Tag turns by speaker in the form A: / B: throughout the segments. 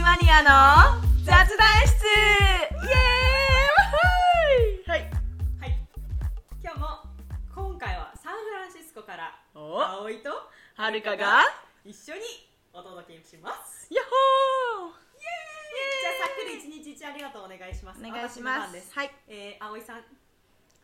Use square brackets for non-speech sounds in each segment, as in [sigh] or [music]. A: ラの雑談室イエーイはい
B: はい。今日も今回はサンフランシスコから
A: お
B: 葵と
A: はるかが
B: 一緒にお届けします。
A: ヤッホ
B: じゃあさっくり一日一ありがとうお願いします。
A: お願いしま
B: 私の番
A: す
B: です。
A: はい
B: えー、葵さん、い
A: は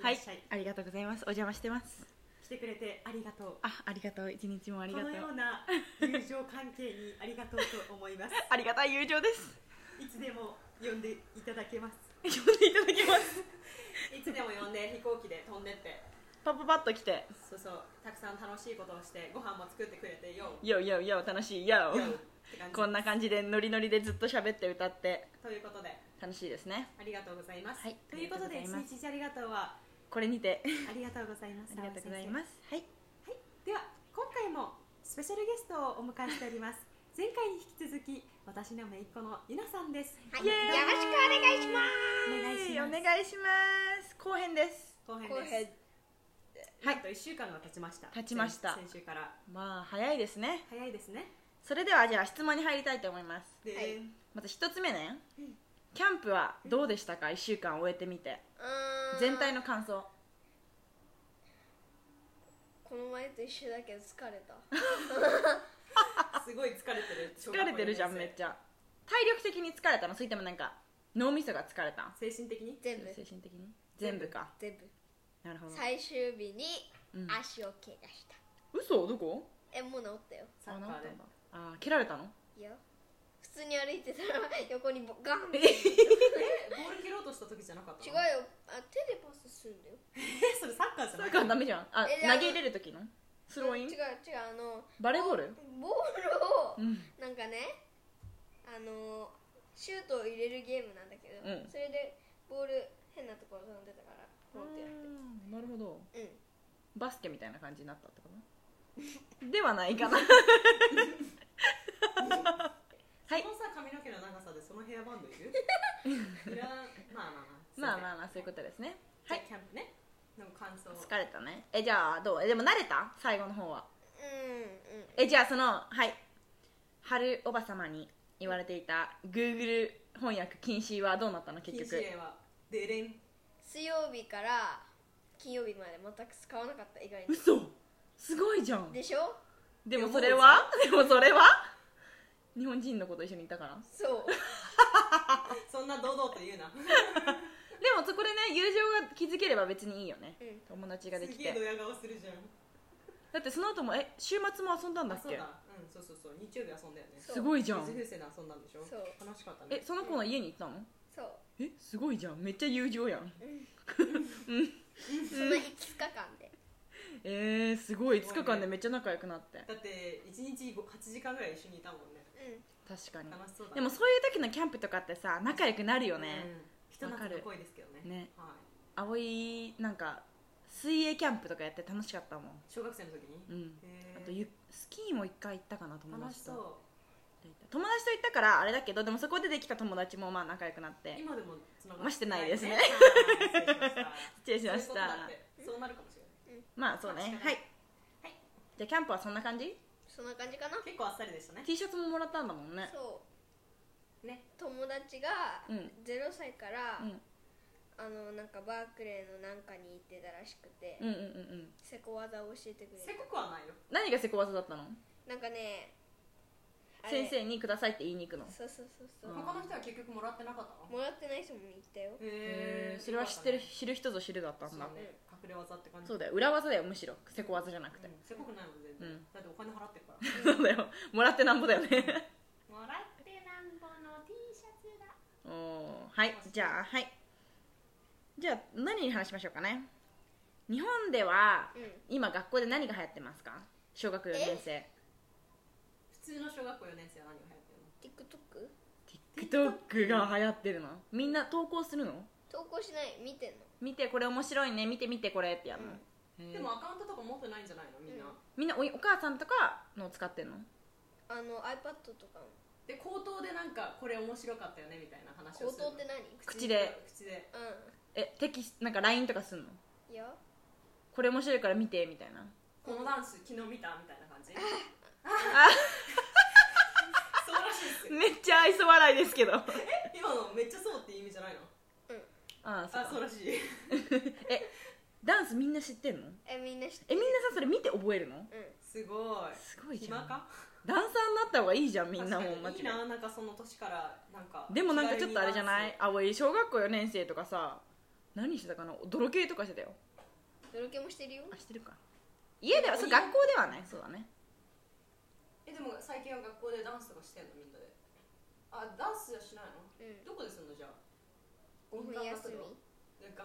B: らっ
A: い
B: しゃい。
A: ありがとうございますお邪魔してます
B: 来てくれてありがとう。
A: あありがとう一日もあり
B: こ
A: がと
B: の
A: う
B: ような友情関係にありがとうと思
A: [laughs]
B: います。
A: ありがたい友情です
B: いつでも呼んでいただけます。
A: 呼んでいただきます
B: [laughs] いつでも呼んで飛行機で飛んでって、
A: パッパパッと来て
B: そうそう、たくさん楽しいことをして、ご飯も作ってくれてよ。
A: よよよ楽しいよ
B: よって感じ
A: こんな感じでノリノリでずっと喋って歌って
B: ということで。
A: 楽しいですね
B: ありがとうございます。
A: はい
B: ということで、
A: あり
B: 一
A: がとうございます
B: 日一ありがとうは、
A: これにて
B: ありがとうございます。
A: ありがとうございますはい
B: す。はい、では、今回もスペシャルゲストをお迎えしております。前回に引き続き、私の姪っ子のゆなさんです。
C: はい、
A: イエーイ
C: よろしくお願いしま
B: お願いします
A: お願いします後編です
B: 後編
C: す。
B: です。
A: 後編
B: はい、あと一週間が経ちました。
A: 経ちました
B: 先先週から。
A: まあ早いですね
B: 早いですね。
A: それではじゃあ質問に入りたいと思います
B: で、
C: はい
A: まず一つ目ねキャンプはどうでしたか1週間終えてみて
C: うーん
A: 全体の感想
C: この前と一緒だけど疲れた。 [laughs]
B: すごい疲れてる。
A: 疲れてるじゃんめっちゃ体力的に疲れたのそれともなんか脳みそが疲れたん
B: 精神的に。
C: 全部。
A: 精神的に全部か
C: 全部。
A: なるほど
C: 最終日に
A: うん
C: 足を怪我した。
A: 嘘どこ
C: え、もう治ったよ。
B: サッカ
A: あ
B: ー
A: 治
B: で
A: ったんだあー蹴られたの
C: いや。普通に歩いてたら [laughs] 横にボガン。違う
B: ボール蹴ろうとした時じゃなかったの。
C: よ。あ、手でパスするんだよ。
B: え、それサッカーじゃ
A: な
B: なんい。
A: かダメじゃんあ
C: えで
A: 投げ入れる時のスローイン
C: 違う違うあの
A: バレーボール
C: ボールを
A: うん
C: なんかね、あのシュートを入れるゲームなんだけど、
A: うん
C: それでボール変なところ飛んでたからポンってやっ
A: うんなるほど
C: て。うん。
A: バスケみたいな感じになったってことではない
B: [laughs]
A: かなはい
B: そのさ髪の毛の長さでそのヘアバンドい
A: [laughs]
B: る？いらん。まあまあま
A: ま
B: あ。
A: あまあまあそういうことですね
B: はい、キャンプね。の感想。
A: 疲れたねえじゃあどうえでも慣れた最後の方は
C: うんうん。
A: えじゃあそのはい春おば様に言われていた Google 翻訳禁止はどうなったの結
B: 禁
A: 局
B: 止令は。デレン。
C: 水曜日から金曜日まで全く使わなかった意外に
A: 嘘すごいじゃん
C: でしょ
A: でもそれはでもそれは日本人の子と一緒にいたから
C: そう
B: そんな堂々と言うな。
A: でもそこでね友情が築ければ別にいいよね、
C: うん
A: 友達がですき
B: げえド
A: て
B: ヤ顔するじゃん。
A: だってその後もえ週末も遊んだんだ
B: あ
A: っ
B: そう
A: け
B: だ。うん、そうそうそう。日曜日遊んだよね。
C: そう
A: すごいじゃん
B: 水風船で遊んだんでしょ。
C: そう
B: 楽しかったね
A: え。その子の家に行ったの
C: そう
A: えすごいじゃんめっちゃ友情やん
C: その5日間で
A: えー、すごい5日間でめっちゃ仲良くなって
B: だって一日ご八時間ぐらい一緒にいたもんね。
C: うん
A: 確かに
B: 楽しそうだね。
A: でもそういう時のキャンプとかってさ仲良くなるよ
B: う
A: ね、
B: ん。ひと夏の恋ですけどね。
A: ね
B: はい。
A: 葵なんか水泳キャンプとかやって楽しかったもん
B: 小学生の時に。
A: うん
B: へー
A: あとゆスキーも一回行ったかな友
B: 楽し
A: 達と
B: そ
A: 友達と行ったからあれだけどでもそこでできた友達もまあ仲良くなっ
B: う。
A: て
B: 今でもつながって
A: まあしてないですね
B: はい失礼しま
A: 失礼しま
B: した。
A: し
B: そういうことだ
A: た
B: ってそうなるかもしれない。
A: まあそうねは
B: まあ仕方ない
A: いじゃあキャンプはそんな感じ
C: そんな感じかな
B: 結構あっさりでしたね。
A: T シャツももらったんだもんね
C: そう
B: ね
C: 友達が
A: うん
C: 0歳から、
A: うん
C: あのなんかバークレーのなんかに行ってたらしくて、
A: うんうんうんうん
C: セコ技を教えてく
B: せ
C: れる
B: こくはないよ。
A: 何がセコ技だったの
C: なんかねあれ
A: 先生にくださいって言いに行くの
C: そうそうそうそう
A: あ
B: 他の人は結局もらってなかったの
C: もらってない人も行ったよ
A: へーそれは知ってる知る人ぞ知るだった
B: そ
A: んだ
B: うね隠れ技って感じ
A: そうだよ裏技だよむしろセコ技じゃなくて
B: うんせこくないもん全然、
A: うん
B: だってお金払ってるから
A: そうだよもらってなんぼだよね [laughs]
B: もらってなんぼの T シャツだ
A: おーはいじゃあはいじゃあ何に話しましょうかね日本では
C: うん
A: 今学校で何が流行ってますか小学4年生
B: 普通の小学校4年生は何が流行ってるの
C: TikTok?
A: TikTok が流行ってるのみんな投稿するの
C: 投稿しない見てんの
A: 見てこれ面白いね見て見てこれってやるの、へー
B: でもアカウントとか持ってないんじゃないのみんな、
C: うん
A: みんなおお母さんとかのを使ってんの
C: あの iPad とかも
B: で口頭でなんかこれ面白かったよねみたいな話
C: 口
B: をする
C: 頭って何
A: 口で
B: 口で
C: う
A: えテキスなんか LINE とかすんの
C: んいや
A: これ面白いから見てみたいな
B: このダンス昨日見たみたいな感じそうらしですよ
A: めっちゃ愛想笑いですけどあ
B: 今のめっちゃそうって意味じゃないの
A: あそう
B: あ
A: か
B: そうらしい
A: ダンスみんな知ってんの
C: えみんな知っ
A: え
C: て
A: みん
C: る
A: なさそれ見て覚えるの
C: うん
B: すごい
A: すごいじゃん
B: 暇か
A: ダンサーになった方がいいじゃんみんなもう
B: 確か
A: マジで
B: にいいななんかその年からなんか
A: でもなんかちょっとあれじゃな
B: 気
A: い青い小学校4年生とかさ何してたかな泥系とかしてたよ
C: 泥系もしてるよ
A: あしてるか家ではそう学校ではないそうだね
B: 軽にダンスえでも最近は学校でダンスとかしてんのみんなであダンスはしないの
C: うん
B: どこですんのじゃあ
C: 5分休
B: 音楽活動
C: みも
B: え学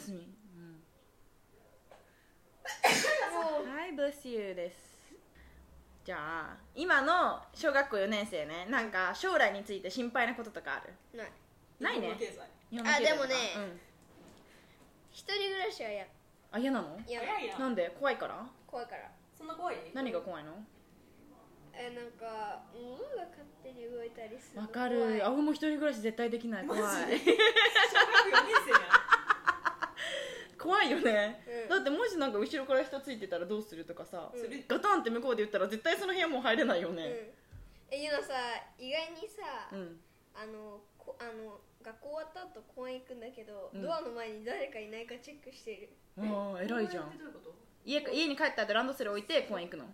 B: 校やん
A: 5分休み、
C: う
A: はい bless you ですじゃあ今の小学校4年生ねなんか将来について心配なこととかある
C: ない
A: ないね
B: 日本の経済
A: 日本の経済とか
C: あでもね一人暮らしはや
A: うん、あ嫌なの
C: やだ
B: 早い
A: な
B: なん
A: で怖いから
C: 怖いから
B: そんな怖い
A: 何が怖いの
C: えなんか物が勝手に動いたりする
A: わ
C: の
A: か
C: 怖い
A: る青も一人暮らし絶対できない
B: マ
A: 怖い
B: ジで小学4年生やん
A: 怖いよね、
C: うん
A: だってもしなんか後ろから人ついてたらどうするとかさ、
C: うん
B: それ
A: ガタンって向こうで言ったら絶対その部屋もう入れないよ
C: う
A: ね
C: んえゆなさ意外にさ、
A: うん、
C: あのこあの学校終わった後公園行くんだけど、
A: うん
C: ドアの前に誰かいないかチェックしてる
A: ああ偉いじゃん
B: 公園ってどういうこと
A: 家か家に帰った後ランドセル置いて公園行くの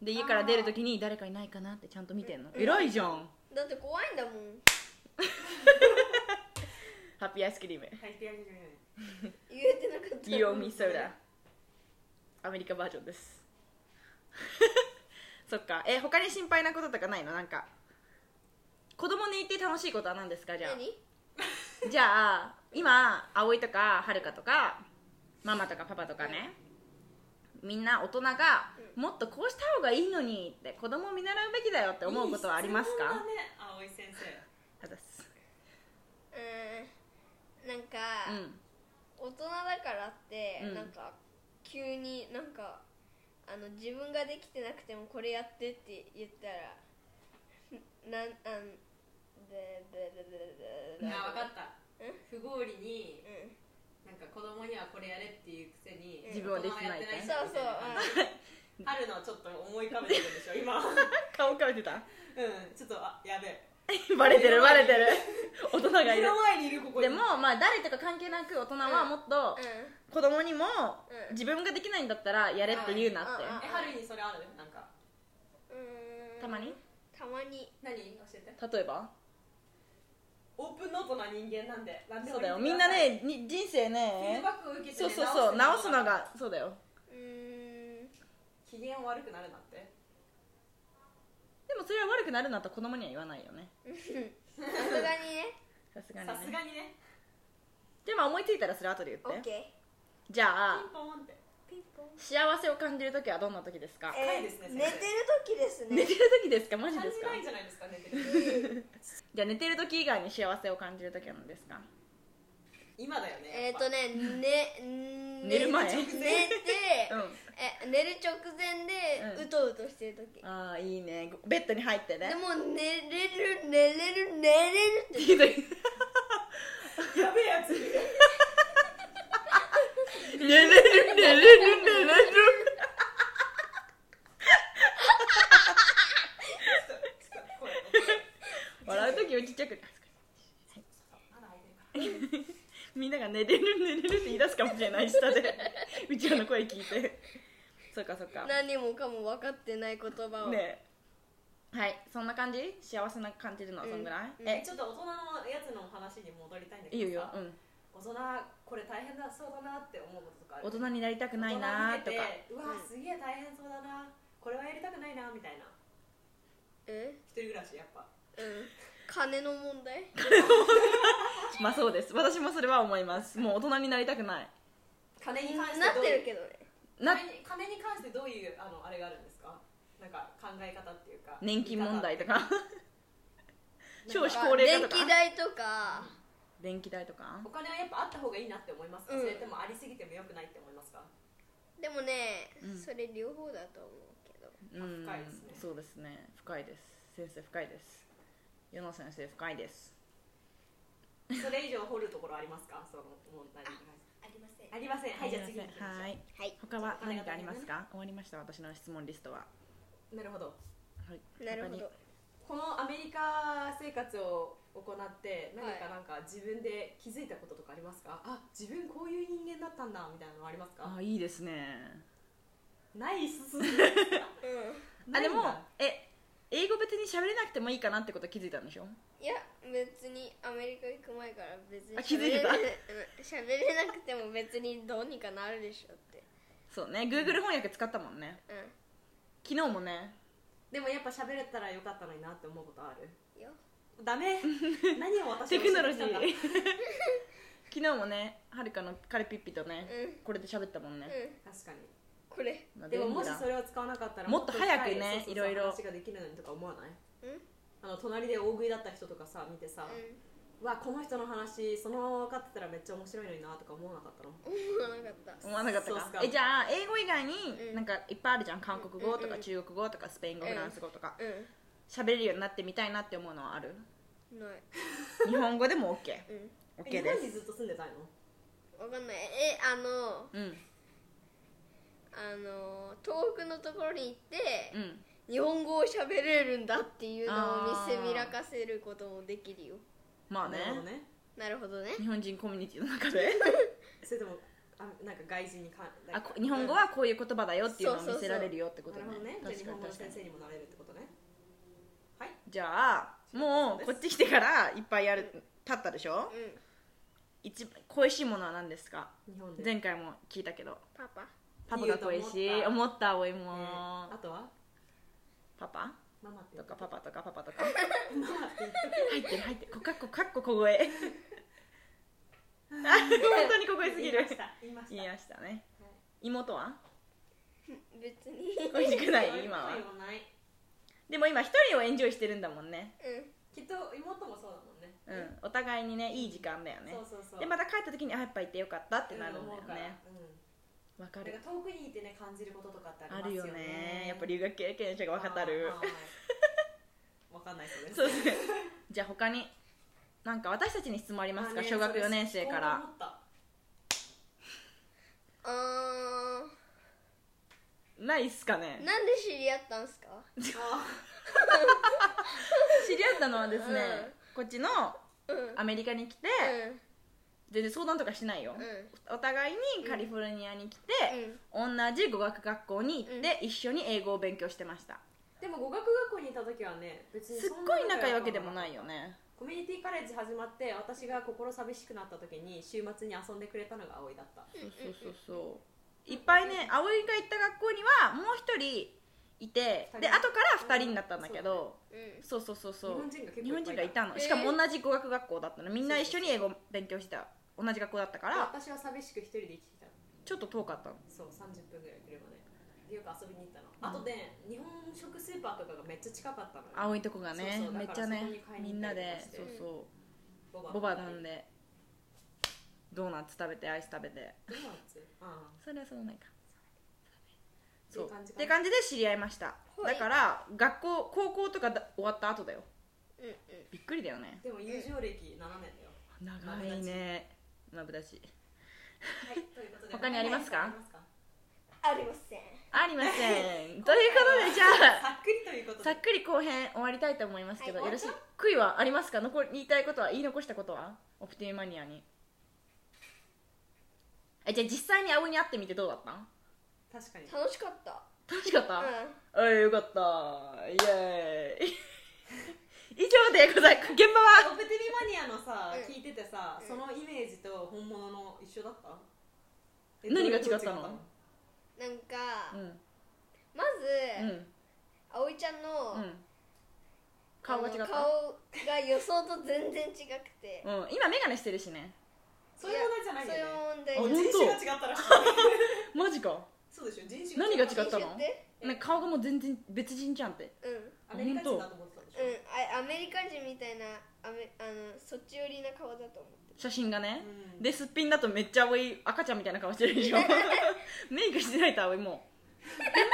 A: で家から出るときに誰かいないかなってちゃんと見てんの
C: うん
A: 偉いじゃん
C: だって怖いんだもん
A: ハッピーアイスクリーム
B: はいピアニズム
C: 言えてなかった
A: イオミソーダアメリカバージョンです [laughs] そっかえ他に心配なこととかないのなんか子供にいて楽しいことは何ですかじゃあ
C: 何
A: じゃあ今葵とかはるかとかママとかパパとかねみんな大人が
C: う
A: もっとこうした方がいいのにって子供を見習うべきだよって思うことはあります
B: いい質
A: か
B: 問だね葵先生
A: あざっす
C: うんなんか、
A: うん
C: 大人だからって、
A: うん
C: なんか急になんかあの自分ができてなくてもこれやってって言ったら [laughs] なんあんでででででで
B: あ分かった
C: うん
B: 不合理に
C: う
B: な
C: ん
B: んか子供にはこれやれっていうくせに
C: 自
A: 分はできてないって
B: 大人
C: そう
B: はやっ
C: そう、
B: てないみたいな春のちょっと思い浮かべてる
A: [laughs]
B: でしょ今うん
A: 顔かめてた
B: ちょっとあやべえ
A: [laughs] バレてるバレてる大人がい
B: 目
A: る
B: の前にいるここに
A: [laughs] でもまあ誰とか関係なく大人はもっと
C: う
A: 子供にも
C: うん
A: 自分ができないんだったらやれって言うなっ
C: うんうんうん
A: て
B: え春にそれあるなんか
C: んうん
A: たまに
C: たまに
B: 何教えて
A: 例えば
B: オープンノートな人間なんで何で
A: そ
B: も
A: うだよみ
B: 言
A: ん
B: ってくさ
A: ないねに人生
B: フィー
A: ね
B: ドバックを受けて
A: そう
B: ね
A: そうそう直す
B: が
A: のがそうだよ
C: うーん
B: 機嫌悪くなるなって
A: でもそれは悪くなるなと子供には言わないよね
C: さすがにね
A: さすがに
B: さす
A: ね
B: がにね
A: でも思いついたらそれ後で
C: オ
A: 言っ
C: ッ
A: て
C: ケ
A: じゃ
B: ピ
A: あ
B: ンポンって
C: ーピンポン
A: 幸せを感じる時はどんな時ですか
B: え深いですね先生
C: 寝てる時ですね
A: 寝てる時ですかマジ
B: 感
A: です
B: じ
A: か
B: ないんじゃないですかねって
A: じゃあ寝てる時以外に幸せを感じる時は何ですか
B: 今だよね
C: え
B: や
C: っ、
B: ぱ
C: とね、ね、
A: 寝る前
C: 寝て、
A: う
C: え、寝る直前で、
A: うん
C: うとうとしてる時。
A: んああいいねベッドに入ってね
C: でも、寝れる、寝れる、寝れるって。
A: ひどい
B: やべえやつ
A: 寝れる寝れる寝れる [laughs]
B: 声
A: 笑う時はちっちゃくない
B: まだ開いてるか
A: みんなが寝れる寝れるって言い出すかもしれない下でうちらの声聞いてそうかそうか
C: 何もかも分かってない言葉を。
A: ねえはいそんな感じ幸せな感じるのはそんぐらい、
C: うん
B: らえ
A: え
B: ちょっと大人のやつの話に戻りたいんだけどさ
A: いいよいいよ、うん、
B: 大人これ大変だそうだなって思うこととかある
A: 大人になりたくないなーとか
B: 大人見ててうわすげえ大変そうだなこれはやりたくないなみたいな
C: え、
B: 一人暮らしやっぱ
C: うん。金の問題。
A: まあそうです私もそれは思いますもう大人になりたくない
B: 金に関して
C: なっ
B: どう
C: て
B: い
C: る
B: う
C: けどね。
A: な
B: 金に金に関してどういうあのあれがあるんですかなんか考え方っていうか
A: 年金問題とか少
B: 言い方なん
A: 子
B: か
A: 高齢化
C: 電
A: とか
C: 気代とか。
A: 電気代とか
B: お金はやっぱあった方がいいなって思いますか、
C: うん
B: それともありすぎてもよくないって思いますか
C: でもね、
A: うん
C: それ両方だと思うけど。
A: うん
B: 深いですね
A: そうですね深いです先生深いです世の先生深いです
B: それ以上掘るところありますかその問題に関して
C: ありません。
B: ありませんはいじゃあ次
A: は
B: に行きましょう
A: い
C: はい。
A: 他は何かありますか終わりました私の質問リストは
B: なるほど
A: はい
C: なるほ
A: 他に
C: ど。
B: このアメリカ生活を行って何かなんか自分で気づいたこととかありますか、あ自分こういう人間だったんだみたいなのありますか
A: あいいですね
B: ないっ [laughs] す
C: う
A: あでも
B: ないんだ
A: え英語別に喋れなくてもいいかなってこと気づいたんでしょ
C: んいや別にアメリカ行く前から別に
A: あ気づいてた
C: 喋れ喋れなくても別にどうにかなるでしょって
A: そうね Google 翻訳使ったもんね
C: う
A: 昨日もね
B: でもやっぱ喋れたらよかったのになって思うことある
C: んよ
B: ダメ [laughs] 何を私
A: テ
B: は
A: クノロ
B: し
A: ジ
B: て
A: ー
B: きたんだ
A: [laughs] 昨日もねはるかのカレピッピとね、
C: う
A: これで喋ったもん
C: う
A: ね、
C: ん
B: 確かに
C: これ
A: まあ
B: でも
A: 便
B: も
A: 利
B: し
A: だ
B: それを使わなかったら
A: もっと早くね
B: もっと深そうそう
A: いろいろ
B: 話ができるのにとか思わない
C: うんうん
B: あの隣で大食いだった人とかさ見てさ、うわこの人の話そのまま分かってたらめっちゃ面白いのになとか思わなかったの
C: 思わなかった
A: 思わなかった
B: そうっ
A: か
B: すか
A: えじゃあ英語以外に
C: うん
A: なんかいっぱいあるじゃん韓国語と
C: うんうんう
A: か
C: ん
A: 中国語とかスペイン語
C: うん
A: フランス語とか
C: う
A: 喋れるようになってみたいなって思うのはある
C: んない
A: 日本語でも OK
C: うん
B: え
A: OK
B: [laughs] 日
A: で
B: 本に
A: す
B: ずっと住んでたいの
C: わかんないえあの
A: うん
C: あの東北のところに行って、
A: うん
C: 日本語を喋れるんだっていうのを見せ
A: あー
C: びらかせることもできるよ
A: まあね
B: なるほどね
C: なるほどね
A: 日本人コミュニティの中で
B: それともあなんか外人にかな
A: あ
B: んか
A: こ日本語はこういう言葉だよっていうのを見せられるよってこ
B: な
A: とね
B: るほど
A: 確
B: ねじゃあ
A: かに
B: 日本語の
A: 確か
B: 先
A: に
B: 生にもなれるってことねはい
A: じゃあもうこっち来てからいっぱいやる立ったでしょ
C: うん
A: 一番恋しいものは何ですか
B: 日本で
A: 前回も聞いたけど
C: パパ
A: パパが恋し
B: 言う
A: い
B: と
A: 思ったおいも
B: えーあとは
A: パパ
B: ママっ
A: と
B: て言っ
A: か
B: た
A: パパとかパパとか
B: ママって言った
A: 入ってる入ってるこかっこかっこ小声あ
B: [laughs]
A: 本当に小声すぎ
B: 言い
A: る
B: ました言いました
A: 言いましたね妹は
C: 別に
A: 恋しくな
B: はい
A: い今は
B: 恋ない
A: でも今一人をエンジョイしてるんだもんね
C: う
B: きっと妹もそうだもんね
A: うんお互いにねいい時間だよね
B: そうそうそう
A: でまた帰った時にあやっぱ行ってよかったってなるんだ
B: 思
A: よ
B: うから
A: ね
B: うん
A: わか
B: なんか
A: る
B: 遠くにいてね感じることとかってあ
A: ある
B: りま
A: よ
B: すよね
A: ねやっぱ留学経験者がわかる
B: あー
A: [laughs]
B: あーわかんないそうです
A: そうですねじゃあ他になんか私たちに質問ありますか小学4年生から
C: んあ
A: ないっすか
C: ー
A: ね
C: なんで知り合ったんすか
A: 知り合ったのはですね、こっちの
C: うんうん
A: アメリカに来て、全然相談とかしないよ、お互いにカリフォルニアに来て、同じ語学学校に行って、一緒に英語を勉強してました
B: でも語学学校にいた時はね別に
A: すっごい仲いいわけでもないよね
B: コミュニティカレッジ始まって私が心寂しくなった時に週末に遊んでくれたのが葵だった
A: そうそうそうそういっぱいね葵が行った学校にはもう一人いて
B: 二
A: で
B: 人
A: 後から2人になったんだけど、
C: うん
A: そうそうそうそう
B: 日本人が結構
A: 日本人がいたの
C: へー
A: しかも同じ語学学校だったのみんな一緒に英語勉強してた同じ学校だったから
B: 私は寂しく一人で生きてきたの
A: ちょっと遠かったの
B: そう30分ぐらい車ででよく遊びに行ったの、あとで日本食スーパーとかがめっちゃ近かったのよ
A: 青いとこがね
B: そうそう
A: めっちゃ
B: だから
A: ね
B: そこに買い
A: み
B: に
A: ん
B: 行
A: な
B: ったり
A: で
B: とかして
A: そうそ
B: ボ
A: うボバ
B: な
A: 飲ん
B: で
A: でドーナツ食べてアイス食べて
B: ドーナツあ
A: それはそうないかそうう
B: そいう感じかな
A: って感じで知り合いました
C: はい
A: だから学校高校とかだ終わった後だよ
C: うんうん
A: びっくりだよね
B: あでも友情歴7年だよ
A: 長いねまぶだし
B: はいということで
A: 他にありますか
B: 他にありますか
C: ありません
A: ありませ
C: [laughs]
A: んということでじゃあ
B: さっくりということで
A: さっくり後編終わりたいと思いますけど、
C: はい
A: よろしい悔いはありますか残り言いたいことは言い残したことはオプティマニアにえじゃあ実際に葵に会ってみてどうだったん
B: 確かに
C: 楽しかった
A: 楽しかっ
C: う
A: た、
C: ん
A: あよかったイエーイ [laughs] 以上でございます現場は
B: [laughs] オプティビマニアのさ、
C: うん
B: 聞いててさ、
C: うん
B: そのイメージと本物の一緒だったえ
A: 何が違ったの
B: どういうとこ
C: なんか、
A: うん
C: ま
A: う
C: ず、
A: ん
C: 葵ちゃんの、
A: うん顔が違った
C: あの顔が予想と全然違くて、
A: うん今眼鏡してるしね
B: そういう問題じゃないよ
A: そう
B: ね
C: やそういう問題
A: いう問題
B: 人種が違ったらしい
A: マジか
B: そうでしょ人種
A: 何が違
B: っ
A: ったの
C: 人種って
A: なんか顔がもう全然別人じゃんって
C: うん、うん、
B: アメリカ人だと思ってたんでしょ、
C: あアメリカ人みたいなアメあのそっち寄りな顔だと思って
A: 写真がね、
B: うん
A: ですっぴんだとめっちゃ青い赤ちゃんみたいな顔してるでしょメイクしてないと青い [laughs] もうでも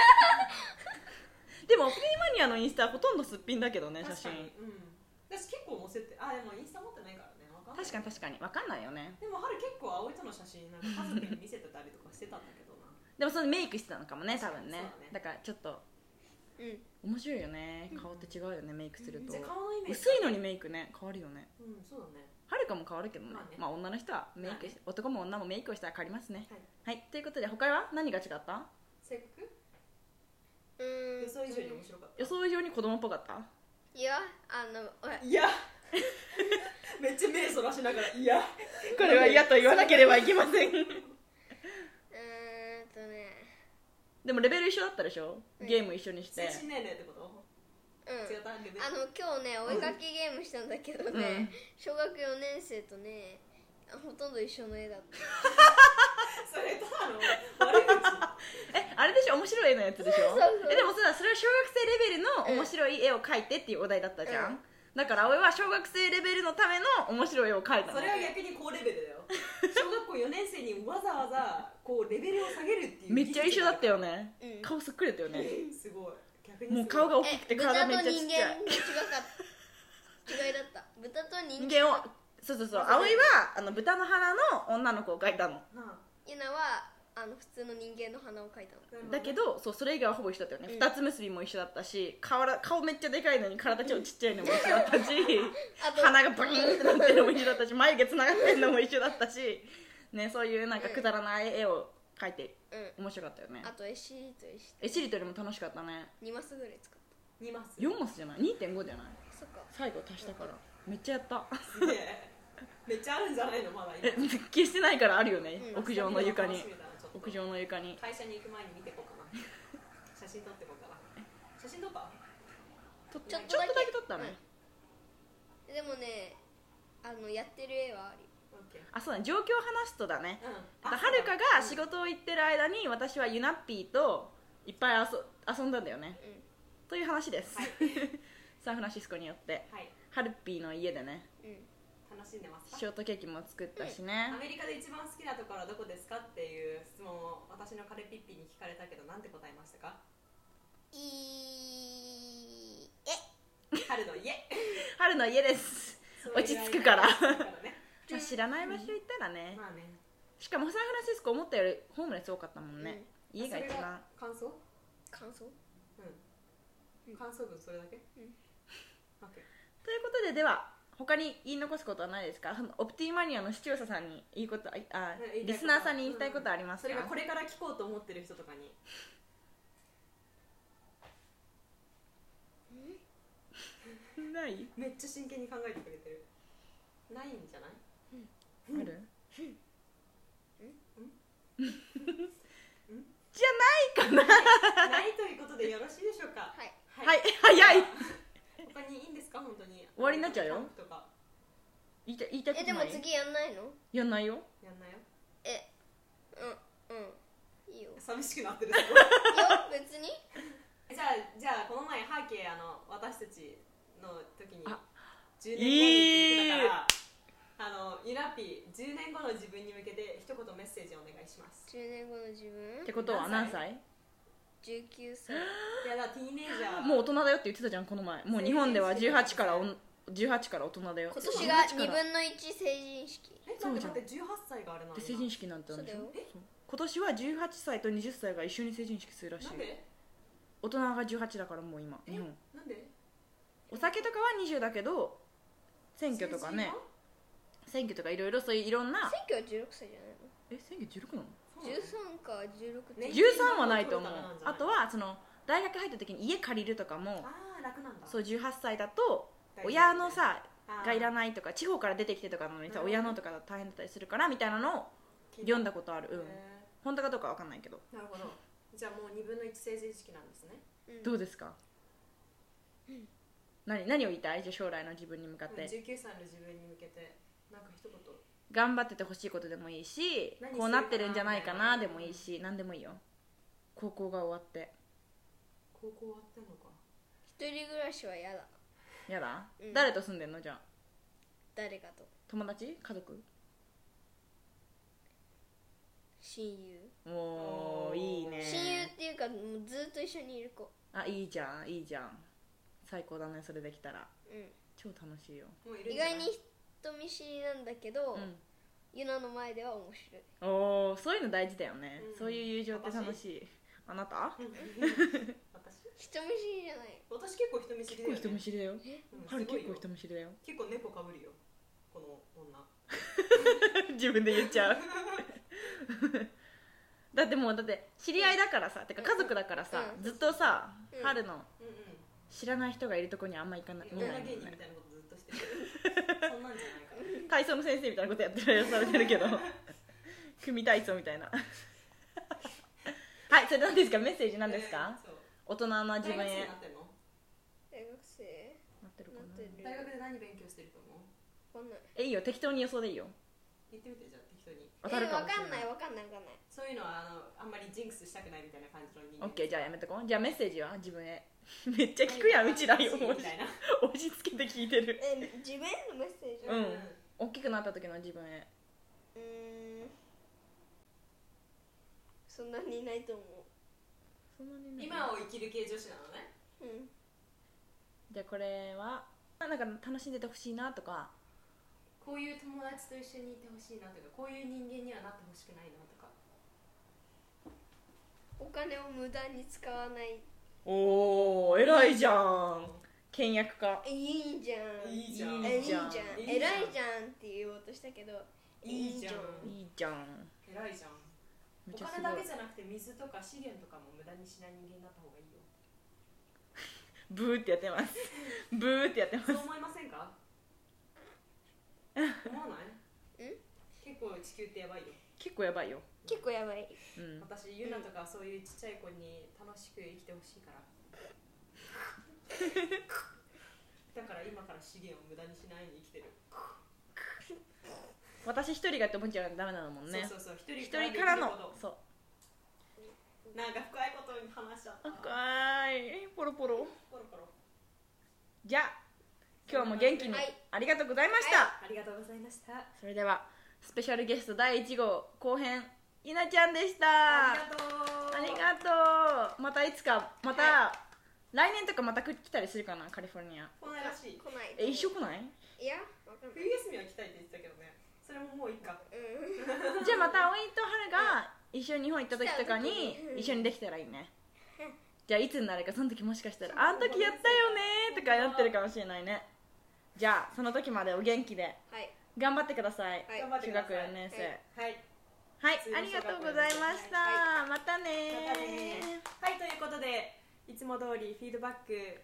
A: でもフリーマニアのインスタほとんどすっぴんだけどね写
B: 確か
A: 真
B: に、うん、私結構載せてあでもインスタ持ってないからねわかんない
A: 確かに確かに分かんないよね
B: でも春結構葵との写真なんか家族に見せてたりとかしてたんだけどな
A: でもそのメイクしてたのかもね多分ね
B: そうだね
A: だからちょっと
C: うん
A: 面白いよね顔って違うよねメイクすると
B: じゃあ顔のイメージ
A: 薄いのにメイクね変わるよね
B: うんそうだね
A: はるかも変わるけどね,、
B: ま
A: ま
B: あ
A: あ
B: ね
A: 女の人はメイクし、男も女もメイクをしたら変わりますね
B: はい
A: はい、ということで他は何が違った
B: 性格
C: うーん
B: 予想以上に面白かった
A: 予想以上に子供っぽかった
C: いやあのおい
B: いや [laughs] めっちゃ目そらしながらいや
A: これは嫌と言わなければいけません
C: うーんとね
A: でもレベル一緒だったでしょ
C: うん
A: ゲーム一緒にして
B: 精神年齢ってこと
C: うん
B: 違ったレベル
C: あの今日ねお絵かきゲームしたんだけどね、
A: うん
C: 小学4年生とねほとんど一緒の絵だった
B: それとあ
A: [laughs]
B: の悪口
A: えあれでしょ面白い絵のやつでしょ
C: そうそう
A: えでもさそれは小学生レベルの面白い絵を描いてっていうお題だったじゃん、
C: うん
A: だから葵は小学生レベルのための面白い絵を描いたの
B: それは逆に高レベル
A: [laughs]
B: だよ小学校4年生にわざわざこうレベルを下げるっていう
A: めっちゃ一緒だったよね、
C: うん
A: 顔そっくりだったよね
B: すごい逆にすごい
A: もう顔が大きく
C: え
A: て
C: 豚
A: 体めっ
C: と
A: ちゃちっ
C: 人
A: ちゃ
C: 間
A: い
C: の違かった違いだった豚と人
A: 人
C: 間
A: 間をそうそうそう葵はあの豚の鼻の女の子を描いたの
B: なあ
C: ユナはあの普通の人間の鼻を描いたの
B: なるほど
A: だけどそうそれ以外はほぼ一緒だったよね、
C: うん
A: 二つ結びも一緒だったし顔ら顔めっちゃでかいのに体超ちっちゃいのも一緒だったし
C: あと
A: 鼻がブイーンってなってるのも一緒だったし眉毛つながってるのも一緒だったし、ね、そういうなんかくだらない絵を描いて
C: う
A: 面白かったよね
C: んあと絵しりと絵し
A: えしりとりも楽しかったね
C: り2マスぐらい使っ
B: 2マス
A: 4マスじゃない2.5じゃない
C: たそっか
A: 最後足したからめっちゃやった
B: すげえめっちゃあるんじゃないのまだ
A: え [laughs]
B: 今
A: 消してないからあるよね、
C: うん
A: 屋上の床に
B: ちょっと
A: 屋上の床に
B: 会社に行く前に見てこ
A: [laughs]
B: うかな写真撮ってこうかな写真撮った
A: ちょっと
C: ち
A: ち
C: ょ
A: ょ
C: っ
A: っとだ
C: とだけ
A: け撮ったね、
C: うんでもねあのやってる絵はあり
B: オッケー
A: あそうだね状況を話すとだね
B: うん
A: はるかが仕事を行ってる間に私はユナッピーといっぱい遊遊んだんだよね
C: う
A: という話です、
B: はい
A: [laughs] サンフランシスコによって
B: はい
A: ハルピーの家でね
C: んうん
B: 楽しんでますか
A: ショートケーキも作ったしね
B: ア、メリカで一番好きなところはどこですかっていう質問を私のカレピッピに聞かれたけどなんて答えましたか
A: [laughs]
C: いいえ
B: 春の家
A: 春の家です
B: そういう
A: 落ち着くから
B: 落ち着くからね
A: まあ知らない場所行ったらね、
B: まあね
A: しかもサンフランシスコ思ったよりホームレス多かったもんね、家が一
B: それ
A: 番
B: 感想
C: 感想
B: うん感想文それだけ
C: うん
B: オッケー
A: ということででは他に言い残すことはないですかそのオプティマニアの視聴者さんに言いことああ
B: 言いたいこと
A: リスナーさんに言いたいことあります
B: そ
A: か、
B: れがこれから聞こうと思ってる人とかに
A: ない
B: めっちゃ真剣に考えてくれてるないんじゃない
A: ある
B: ないということでよろしいでしょうか
C: はい
A: [laughs] はい早い
B: 他にいいんですか本当に
A: 終わりになっちゃうよ
B: とか
A: 言いた言いたくない
C: えでも次やんないの
A: やんないよ
B: やんなよ
C: えうんう
A: [laughs]
C: んいいよいいよ
B: 寂しくなってる
C: 別に
B: じゃあじゃあこの前ハーケーあの私たちの時に10
A: あ
B: 年後にって言ってたから、あのユラピー10年後の自分に向けて一言メッセージお願いします
C: 10年後の自
A: って
C: 分
A: ことは
B: 何
A: 何
B: 歳
A: 歳
C: 19歳
B: いやだからティーンエイジャー
A: もう大人だよって言ってたじゃんこの前もう日本では18からおん18から大人だよ
C: 今
A: 18
C: 年
A: から
C: が2分の1成人式
B: え待って待って18歳があれなんだ
A: で成人式なんてあるんでしょ
C: そうだ
B: よ
A: そう今年は18歳と20歳が一緒に成人式するらしい
B: なんで
A: 大人が18だからもう今
B: え
A: 日本
B: なんで
A: お酒とかは20だけど選挙とかね選挙とかいろいろそういういろんな
C: 選挙は16歳じゃないの
A: え選挙16なの
B: 成人は
C: 13か16って、
B: ね
A: 13はないと思う
B: 選挙のことだ
A: あとはその大学入った時に家借りるとかも
B: ああ楽なんだ
A: そう18歳だと
B: 大丈夫
A: 親のさ
B: あー
A: がいらないとか地方から出てきてとかなのに
B: なる
A: さ
B: ほど
A: 親のとかだと大変だったりするからみたいなのを
B: 聞いた
A: 読んだことあるうん
B: へ
A: 本当かどうかわかんないけど
B: ーなるほどじゃあもう2分の1成人式なんですね
C: うん
A: どうですか何何を言いたいじゃあ将来の自分に向かって
B: 19歳の自分に向けてなんか一言
A: 頑張っててほしいことでもいいし
B: 何
A: こうなってるんじゃないかな
B: す
A: で
B: るかな
A: もいいし何でもいいよ高校が終わって
B: 高校終わってんのか
C: 一人暮らしは嫌だ
A: やだ、
C: うん
A: 誰と住んでんのじゃあ
C: 誰かと
A: 友達家族
C: 親友
A: お
B: お
A: ー
B: ー
A: いいね
C: 親友っていうかもうずっと一緒にいる子
A: あいいじゃんいいじゃん最高だねそれできたら
C: うん
A: 超楽しいよ
B: もういるん
C: 意
B: じゃな
C: 外
B: い
C: に人見知りなんだけど、
A: う
C: ユナの前では面白い
A: んおーそういうの大事だよね、
B: うん
A: そういう友情って楽しいあなた
B: 私
C: 人見知りじゃない
B: 私結構人見知り
A: 結構人
B: だよ、ね、
A: 見知りだよ
B: うん
A: 春
B: すごい
A: 結構人見知りだよ
B: 結構猫かぶるよこの女
A: 自分で言っちゃう [laughs] だってもうだって知り合いだからさてか家族だからさ、
C: うん
A: ずっとさ、
C: うん
A: 春の
B: うんうん
A: 知らない人がいるとこにあんま行かない見ない
B: 女
A: もん
B: 芸人み
A: ね
B: たいなことずっとしてるそんなんじゃないから
A: 体操の先生みたいなことやってるや [laughs] つされてるけど組体操み [laughs] たいなはいそれ何ですかメッセージ何ですか、
B: えーそう
A: 大人な
B: 大
A: 自
B: 学
A: 分
B: 生
A: へ
B: になってんの
C: 大学生
A: なってるか
C: なってる
A: な
B: 大学で何勉強してると思う
C: わかんない
A: えいいよ適当に予想でいいよ
B: 言ってみてじゃあ適当に
A: 当たるかもし
C: え
A: れ
C: わかん
A: な
C: ないいわかんないわかんない
B: そういうのはあのあんまりジンクスしたくないみたいな感じの人
A: オッ
B: 間
A: ケーじゃあやめとこうじゃあメッセージは自分へ [laughs] めっちゃ聞くやんうちらよ
B: み
A: 押した
B: いな
A: 押し付けて聞いてる
C: え自分へのメッセージ
A: う
C: うん
A: 大きくなった時の自分へ
C: ーんそんなにいないと思
A: そんなに
B: 今を生きる系女子なのね
C: ううん
A: じゃあこれはあなんか楽しんでてほしいなとか
B: こういう友達と一緒にいてほしいなとかこういう人間にはなってほしくないなとか
C: お金を無駄に使わない
A: おー偉いじゃん倹約家
C: えいいじゃん
B: いいじゃん
C: えいい
A: じ
C: じ
A: ゃ
C: ゃ
A: ん
C: ん
B: いいじゃん
C: 偉いじゃんって言おうとしたけど
B: いいじゃん
A: いいじゃん
B: 偉いじゃん
A: め
B: お
A: っちゃ
B: 金
A: す
B: だ
A: ご
B: け
A: い
B: じゃなくて水とか資源とかも無駄にしない人間になった方がいい [laughs] よ
A: ブーってやってます
B: [laughs]
A: ブーってやってます
B: そう思いませんか思わない
C: ん
B: 結構地球ってやばいよ
A: 結構やばいよ
C: 結構やばい
A: うん
B: 私ユナとかそういうちっちゃい子に楽しく生きてほし [laughs] いからだから今から資源を無駄にしないように生きてる、
A: 私一人がやって思っちゃうダメなのもんね
B: そうそうそう一
A: 一
B: 人
A: 人からの
B: できるこ
A: そう
B: となんか深いことに話しちゃった
A: 赤いポロポロ
B: コロコロ
A: じゃあ今日も元気に
C: はい
A: ありがとうございました、
B: ありがとうございました
A: それではスペシャルゲスト第1号後編ゆなちゃんでした
B: あ
A: あ
B: りがと
A: りがと
B: う
A: うまたいつかまた、来年とかまた来たりするかなカリフォルニア
B: 来ないらしい
C: 来ない
A: え一緒来 [laughs] ない
C: いやわかんない
B: 冬休みは来たいって言ってたけどねそれももういいか
C: うん
A: じゃあまた葵と春が一緒に日本行った時とか
C: 来
A: に
C: た時に
A: 一緒にできたらいいねじゃあいつになるかその時もしかしたら「あの時やったよね」とかなってるかもしれないねじゃあその時までお元気で
C: はい
A: 頑張ってください、
C: はい
B: 頑張って
A: 中
B: くだ
A: 学
B: さい
A: 4年生、
B: はい
A: はい、
B: 普通の
A: ありがとうございました。またねー
B: またねはいということでいつも通りフィードバック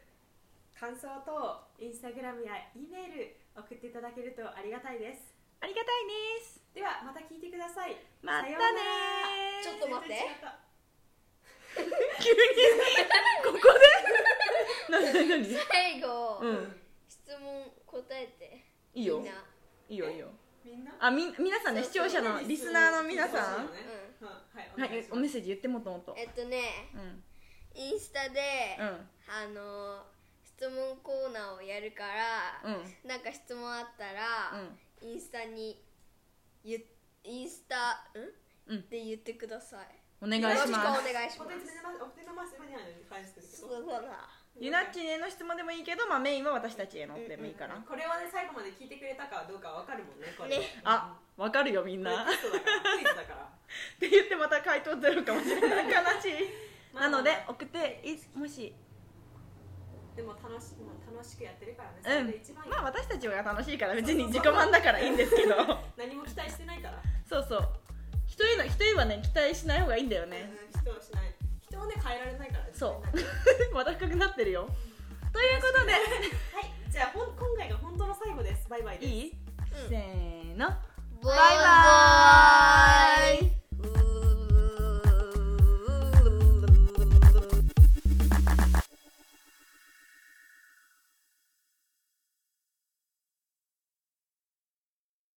B: 感想等インスタグラムや E メール送っていただけるとありがたいです
A: ありがたいです。
B: ではまた聞いてください
A: またね
B: さような
A: ー
C: ちょっと待って
B: 全然違た
A: 急にここで。なになになに。
C: 最後、
A: うん。
C: 質問答えて
A: いいよ
C: みん。な、
A: いいよ、いいよ。
B: みんな
A: あ、み、皆さんね、視聴者のリスナーの皆さん。
B: うんはいお
A: は
B: 願い
A: い
B: し、
A: お
B: ま
A: メッ
B: す
A: セージ言ってもっともっと。
C: えっとね
A: うん。
C: インスタで、
A: うん。
C: あの質問コーナーをやるから、
A: うん。
C: なんか質問あったら、インスタにゆインスタん、
A: うん
C: って言ってください
A: うん。お願いし
C: よろ
A: ま
C: くお
A: す。
C: 願いし
B: お
C: ま
B: 手
C: す
B: つねまお手つねませにゃに返してるけ
C: そう
B: ど
C: だな
A: ゆなっちへの質問でもいいけど、まあ、メインは私たちへのでもいいかな。
B: これはね最後まで聞いてくれたかどうかわかるもんねこれ
C: ね
A: あ、わかるよ、みん
B: うん
A: な。っ
B: これテストだ [laughs] からク
A: て
B: イズだから
A: 言って、また回答ゼロかもしれない。悲しい。なので、送って、いつ、もし。
B: でも楽しもう楽しくやってるからねそれで一番
A: う
B: い
A: ん、
B: い
A: まあ私たちが楽しいから別に自己満だからいいんですけど
B: 何も期待してないから
A: [laughs] そうそう人への人へはね期待しない方がいいんだよね
B: うん人をしない人をね変えられないから
A: そう
B: 自分なんか
A: [laughs] また深くなってるよということ
B: はいじゃあほん今回が本当の最後ですバイバイ
A: で
B: です
A: いい、
C: うん
A: せーの
C: バ
A: バイバイ